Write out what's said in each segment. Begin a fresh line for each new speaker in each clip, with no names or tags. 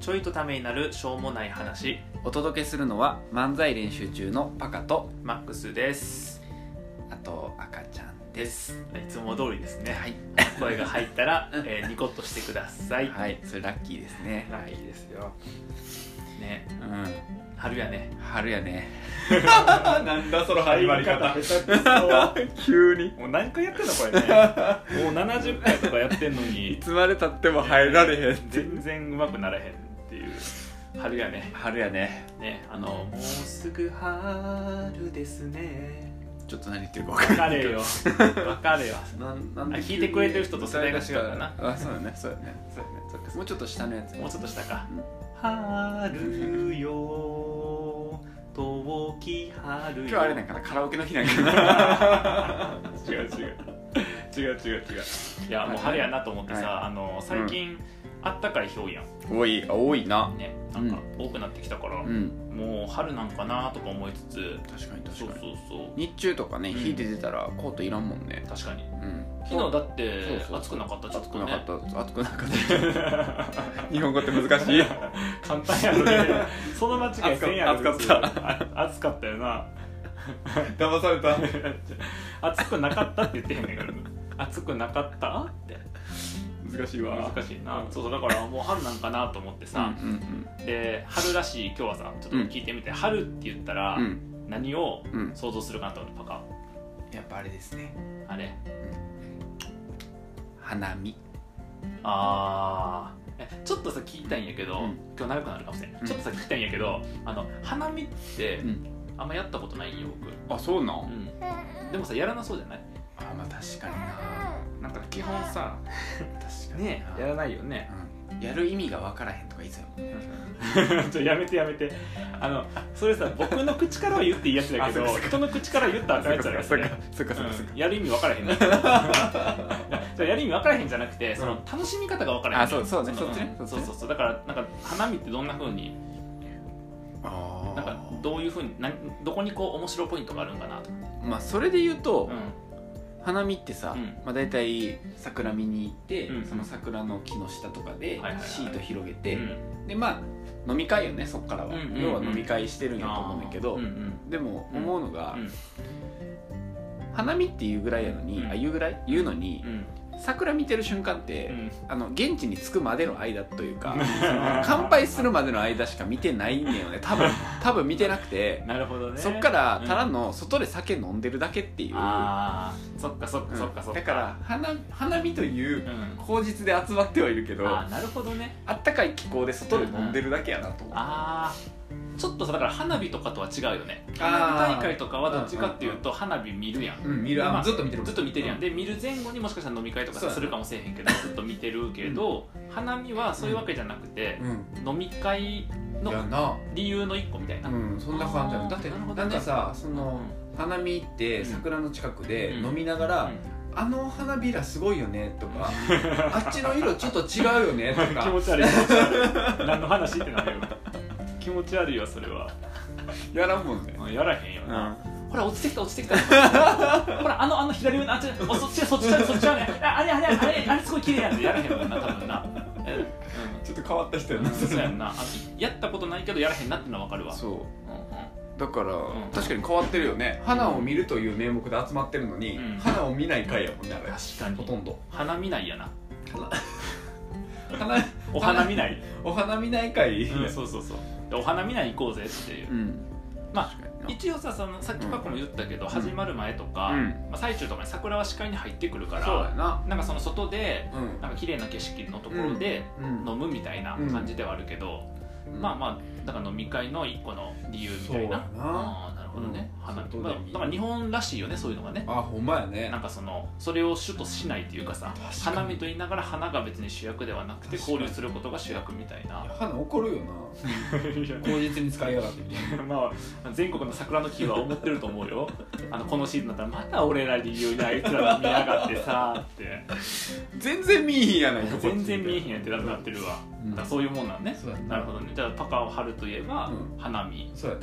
ちょいとためになるしょうもない話
お届けするのは漫才練習中のパカと
マックスです
あと赤ちゃん
ですいつも通りですね、
はい
声が入った ら、えーニコッとしてください、
はいそれラッキーですね
はい、いいですよね
うん
春やね
春や ね
なんだその
始まり方
急に
もう何回やってんのこれねもう70回とかやってんの
い
に
つまでたっても入られへんって
全然うまくならへんっていう
春やね
春やね
ねあのもうすぐ春ですね
ちょっと何言ってるか分か
分
んな
か
い
れよ分かれよ
なんなんで
あ
急に
聞いてくれてる人と世代が違うからな
あそうだねそうだねそうだねそうかもうちょっと下のやつ
もうちょっとしたか
うん
春よ遠き春よ
今日あれなんかなカラオケの日なんかな
違う違う違う違う違ういやもう春やなと思ってさ、
は
あの最近、あったかいひょうやん
多いあ多いな
ねなんか多くなってきたから、
うん
もう春なんかなとか思いつつ
確かに
そうそうそう
日中とかね
うん
火出てたらコートいらんもんね
確かに
うん
昨日だって
そうそうそう
暑くなかったちょ
暑
っ
く
と
なか
ね
った暑くなかった 日本語って難 しい
簡単やろねその間違いせんやろ
暑かっ
普
暑
通
かった
あ暑かったよな
騙された
暑くなかったって言ってへんねんから暑くなかったって
難しいわ
難しいなそうそうだからもう春なんかなと思って
うんう
さ、
ん
で春らしい今日はさちょっと聞いてみて、春って言ったら
うんうん
何を
うん
想像するかなと思ってパカ
やっぱあれですね
あれ
花見
あーえちょっとさ聞きたいんやけど、
うん
今日長くなるかもしれない、
うん
ちょっとさ聞きたいんやけどあの花見って
うん
あんまやったことないんよ僕、
あそうなん
うん、でもさやらなそうじゃない
あまあ確かにな
なんか基本さ
確かに
ね
な
やらないよね
うんやる意味が分からへんとか言いそうやもんね
ちょやめてやめてあのそれさ僕の口からは言っていいやつだけど
あそっかそっか
人の口から言ったらあかんやつだ
そっ
から
か
ね
そっかそっかそっかそっか
うんやる意味分からへんね じゃあやる意味分からへんじゃなくてその楽しみ方が分からへん
あそうそうね
の
そっちね
うん
そ
そ
っち
う
ね
そうそうだからなんか花見ってどんな風に
あ
なんか
ー
どういう風になんどこにこう面白いポイントがあるんかなとか
まあそれで言うと、
う
花見ってさ、
うん
まあ、大体桜見に行って、
うん
その桜の木の下とかで
はいはいはい
シート広げて、
ん
でまあ飲み会よねそっからは、
うんうんうん
要は飲み会してるんやと思うんだけど、
うんうん
でも思うのが、
うん
花見っていうぐらいやのに、
うん
あ言うぐらい言うのに
う、ん
桜見てる瞬間って、
うん
あの現地に着くまでの間というか
ん
乾杯するまでの間しか見てないんだよね多分多分見てなくて、
なるほどね
そっからただの外で酒飲んでるだけっていう、
ああそっかそっ
う
か
ん
そっかそっか
だから花花見という
うん
口実で集まってはいるけど
ああ
あ
なるほどね
ったかい気候で外で飲んでるだけやなと思う、
ああちょっとさだから花火とかとは違うよね
あー
花火大会とかはどっちかっていうと花火見るやん
うん見るあ
まあ
ずっと見てる
ずっと見てるやん
う
で見る前後にもしかしたら飲み会とか
そうや
さ
な
するかもしれへんけどずっと見てるけど花見はそういうわけじゃなくて
うん
飲み会の
な
理由の一個みたいな
うんそんな感じや
あ
ん
ー
だって
な
な
るほどね
んかさその
う
花見行って
うん
桜の近くで
うん
飲みながら、あの花びらすごいよねとかあっちの色ちょっと違うよねと
ん 気
か
持ち悪い気持ち悪い何の話ってなるよ気持ち悪いわそれは
やらんもんね、
うんやらへんよ
う、
なんほら落ちてきた落ちてきたほらあのあの左上のあっちおそっちそっちそっちそっちだねああれあれあれあれすごい綺麗やんってやらへんもんな多分な
ちょっと変わった人
うん、うん、そうやんなあやったことないけどやらへんなってのは分かるわ
そう
う
だから、
うん
確かに変わってるよね花を見るという名目で集まってるのに、
うん
花を見ない会やもんねあ
んう
れ
ん、確か
ほ
に
とんど
花見ないやな
花
お花見ない、
お花見ない会
うん、そうそうそうでお花見ない行こうぜっていううんま
確かに
一応さそのさっきパコも言ったけど、始まる前とか、
うん
まあ、最中とかに桜は視界に入ってくるか
なそうや
ら
な
なんかその外で
うん
なんか綺麗な景色のところで
うん
飲むみたいな感じではあるけど、まあまあだから飲み会の一個の理由み
そ
たいな
うやな
あーなるほどね、
うん
花火
外
まあ
で見る
だから日本らしいよねそういうのがね
あほんまやね
なんかそのそれを主としないというかさ
確かに
花見と言いながら花が別に主役ではなくて
確かに
交流することが主役みたい
いや
な
花怒るよな口実に使いやがってみたい
まあ全国の桜の木は思ってると思うよあのこのシーズンだったらまた俺ら理由であいつら見やがってさって
な全然見えへんやないか
全然見えへん
ん
やんってなってるわ、
うん
だからそういうもんなんね
そうや
なるほどねじゃあパカを張るといえば、
うん
花見
そうや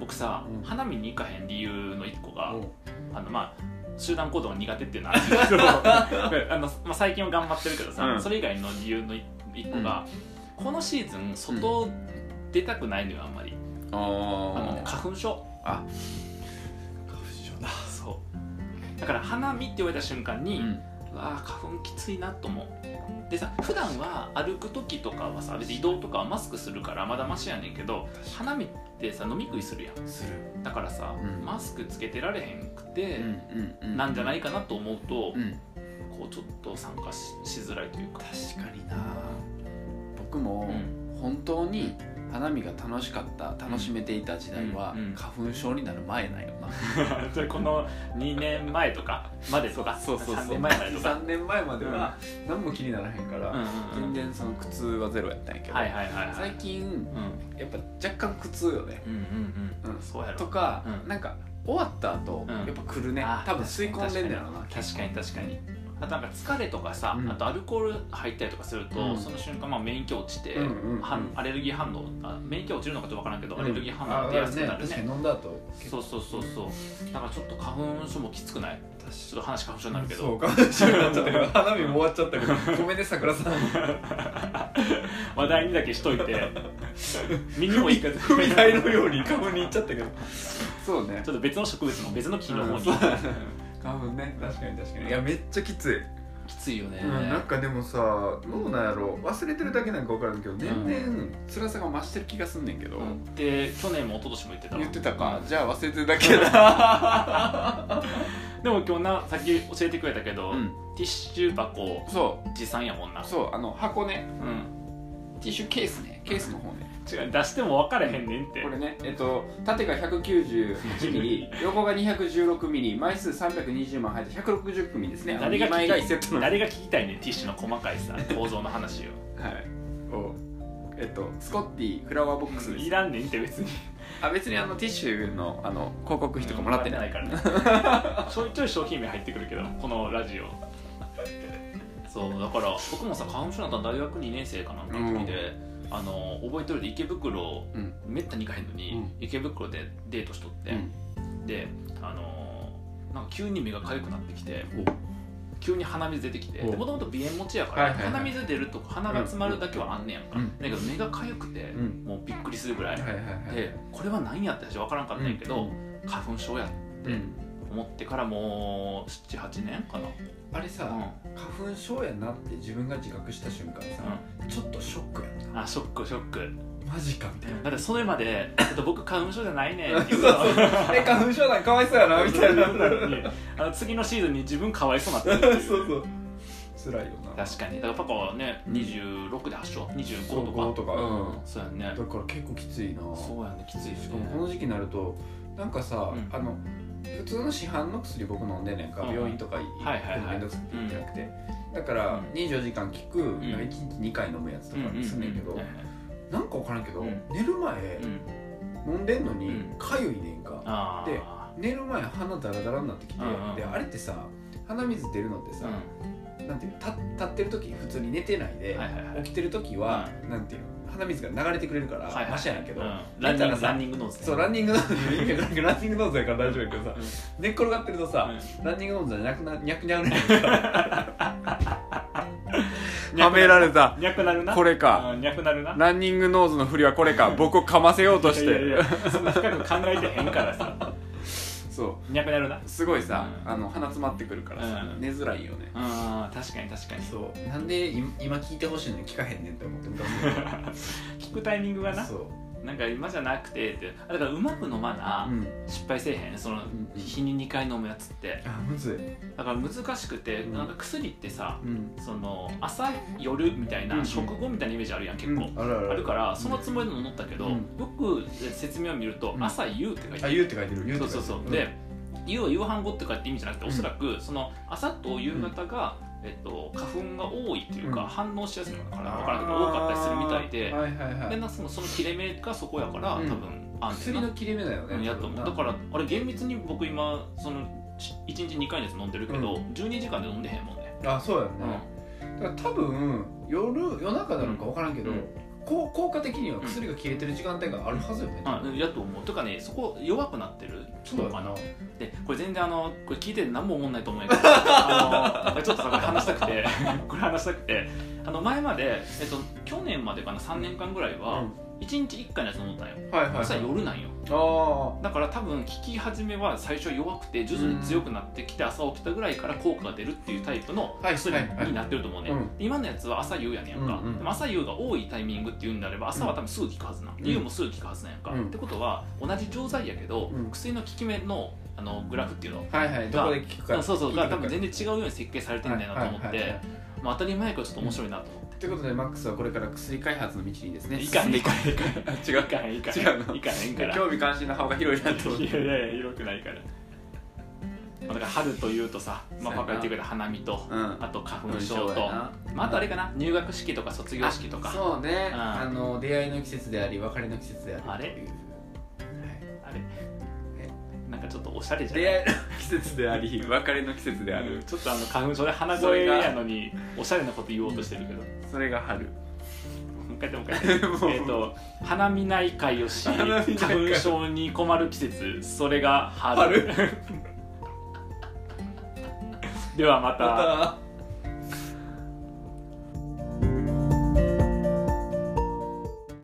僕さ、
うん
花見に行かへん理由の一個
な
が、
うん
あのまあ集団行動が苦手っていうのは あ るんですけどあの、まあ、最近は頑張ってるけどさ、
うん
それ以外の理由の一一個が、このシーズン外出たくないのよあんまり、
あ
あのね
ー
花粉症
あ花粉症だ
そうだから花見って言われた瞬間に、うわあ花粉きついなと思うでさ普段は歩く時とかはさ別に移動とかはマスクするからまだマシやねんけど花見ってさ飲み食いするやん
する
だからさ、
うん
マスクつけてられへんくて、
うんうん
なんじゃないいかなと思うと、
うん
こうちょっと参加ししづらいというか
確かにな僕も
う
本当に花見が楽しかった楽しめていた時代は
うんうん
花粉症になる前なんよな
それこの2年前とかまでとか3年前までとか、
3年前までは何も気にならへんか
うんう
ら
んう
全
ん
然その苦痛はゼロやったんやけど
はいはいはいはい
最近
うん
やっぱ若干苦痛よね
うんうんうん
うん
そうやろ
とか
うん
なんか終わった後
うん
やっぱ来るね
あ
多分吸い込んでんだろうな
確かに確かにあとなんか疲れとかさ、
うん
あとアルコール入ったりとかすると、
うん
その瞬間まあ免疫落ちて、
うんうんうん
反アレルギー反応あ免疫落ちるのかちょっとわからんけど、アレルギー反応が
あ
出やすくなる
確か
ね
に飲んだ後
そうそうそうそうだからちょっと花粉症もきつくないちょっと話花粉症になるけど
そうか花粉症になっちゃったけど花見も終わっちゃったけどごめんね桜さん
話題にだけしと いて身にもいいかず
踏み台のように 花粉に行っちゃったけどそうね
ちょっと別の植物の別の木の
う
方に、
ん花粉ね確かに確かにいやめっちゃきつい、
きついよね、
うんなんかでもさどうなんやろう忘れてるだけなんか分からんけど年々、辛さが増してる気がすんねんけど、
うんで去年も一昨年も言ってたわ
言ってたか、じゃあ忘れてるだけだ
でも今日なさっき教えてくれたけど、
うん
ティッシュ箱
そ
持参やもんな
うそうあの箱ね
うん
ティッシュケースねケースの方ね
違う出しても分かれへんねんって
これねえっと縦が198ミリ横が216ミリ枚数320枚入って160組ですねあの
誰が
二枚が1セットの
誰が聞きたいねんティッシュの細かい さ構造の話を
はい、をえっとスコッティフラワーボックスです
いらんねんって別に
あ別にあのティッシュのあの広告費とかもらってない、
からね ちょいちょい商品名入ってくるけどこのラジオそうだから僕もさ花粉症になったの大学2年生かなんかの時で、あの覚えてるで池袋
うん
めったに行かへんのに、
うん
池袋でデートしとって、
うん
であのーなんか急に目が痒くなってきて急に鼻水出てきて
お
もともと鼻炎持ちやか
はい
ら
はいはい
鼻水出ると鼻が詰まるだけはあんねやんか、
うん
だけど目が痒くて、
ん
もうびっくりするぐらい、
はいはいはい
でこれは何やって私分からんかったんやけど、
うん
花粉症やって
うん
思ってからもう78年かな、
あれさ、
う
花粉症やなって自分が自覚した瞬間さ、ちょっとショックや
ん、あショックショック
なマジかみたいな
だってそれまで「ちょっと僕花粉症じゃないね」って
そう
言 う
そ
か
う
ら
え花粉症なんかわいそうやなみたいな
そうそうそうあの次のシーズンに自分かわいそうになってるってい う
そうそう辛いよな
確かにだからパパはね26で発症25
そう
とか
とかうん
そうやんね
だから結構きついな
そうやんねきつい
し
し
かもこの時期になるとなんかさ、
うん
あの普通の市販の薬僕飲んでんねんか、
うん
病院とか行
はいはいは
くのめ
い
んどくさくて行ってなくて、だから
うん
24時間効く、
ん
なんか1日2回飲むやつとかにすんねんけど、
うう
なんか分からんけど、
うん
寝る前
う、ん
飲んでんのに
うん
かゆいねんか、
ああ
で寝る前鼻ダラダラになってきて、
うんうん
であれってさ鼻水出るのってさ、なんていうた立ってる時普通に寝てないで、
はいはいはい
起きてる時は、なんていう鼻水が流れてくれるから、
はいはい
マシやねんけど、
ランニン
寝たら
グ
さ
ランニングノーズね
そうランニングノーズ意味わからんけどランニングノーズやから大丈夫やけどさ、
うん
寝っ転がってると
う
さ、
ん
ランニングノーズじゃなくなにゃくにゃくね はめられた
にゃくなるな
これか
うんにゃくなるな
ランニングノーズの振りはこれか僕をかませようとし
いやいやい
て
やそんな深く考えてへんから さ
そ
にゃくなるな
うすごいさ、
うん
あの鼻詰まってくるからさ、
うん
寝づらいよね
うん確かに確かに
そうなんでい今聞いてほしいのに聞かへんねんって思って
聞くタイミングが
た
な
そう、
なんか今じゃなくてってあだからうまく飲まな
うん、
失敗せえへんその
んうん
日に2回飲むやつって
あむずい、
だから難しくて
うん
なんか薬ってさ
うん、
その朝夜みたい
うんう
なん食後みたいなイメージあるやん結構
あるある
あるからそのつもりで飲ったけど
うん
よく説明を見ると
う
「
ん
朝夕」って書いて
あ
ある
言うって書いてる言
そうう
って
そ
書いうてる
そうで「夕」は夕飯後って書いて意味じゃなくて
うん
おそらくその朝と夕方がえっと花粉が多いという
うん
か反応しやすいのかな分からんけど多かったりするみたいで
あーはいはいはい
でなそのその切れ目がそこやから多
うん
分あんねん
薬
な
の切れ目だよね、
うんやっと思うだからあれ厳密に僕今その1日2回のやつ飲んでるけど、
う
12時間で飲んでへんもんね、
らあそうやんね、だから多分夜夜中なのか分からんけど、
うん
効効果的には薬が消えてる時間帯があるはずよね、
あやと思うとかねそこ弱くなってる
そうだ
の
よ
かな
な
でこれ全然あのこれ聞いて何も思んないと思うんや けどあのちょっとさこれ話したくてこれ話したくてあの前まで、えっと、去年までかな3年間ぐらいは、1日1回のやつ飲んだんよ
はいはいはい
そしたら夜なんよ
あ
だから多分聞き始めは最初弱くて徐々に強くなってきて朝起きたぐらいから効果が出るっていうタイプの
はい
薬
はいはい
になってると思うね、
うん
で今のやつは朝夕やねんやん
うん
か、
うん
でも朝夕が多いタイミングっていうんであれば朝は多分すぐ効くはずな、
ん
夕もすぐ効くはずなんやんか、
うん
ってことは同じ錠剤やけど、
うん
薬の効き目のあのグラフっていうの
あはいはいどこで聞くか
あそうそう
聞い
が
て
多
く
分
る
全然違うように設計されて
か
んだよなと思って、
はいはいはいはい
まあ、当たり前やけどちょっと面白いなと思って、
ということでマックスはこれから薬開発の道にですね
いかんいかんいかん
違う
いかんいかん
違うの
いかんいかん
興味関心の幅が広いなと思っ
い
て
やいやいや広くないから、まあ、だから春というとさ、まあ、パパ言ってくれた花見と、
うん
あと花粉症と、
な
まあ、あとあれかな入学式とか卒業式とか
そうね、
うん
あの出会いの季節であり別れの季節であ
あ
ると
れ
いうはい
あれなんかちょっとおしゃれじゃ
出
ない
会いの季節であり別れの季節であ
うん
る、
ちょっとあの花粉症で鼻
そ
声
れが
やのにおしゃれなこと言おうとしてるけども
それが春
う一回やってもう一回やって
もう
えっと花見ない会をし
花見な
花
い会
粉症に困る季節それが春 ではまた
また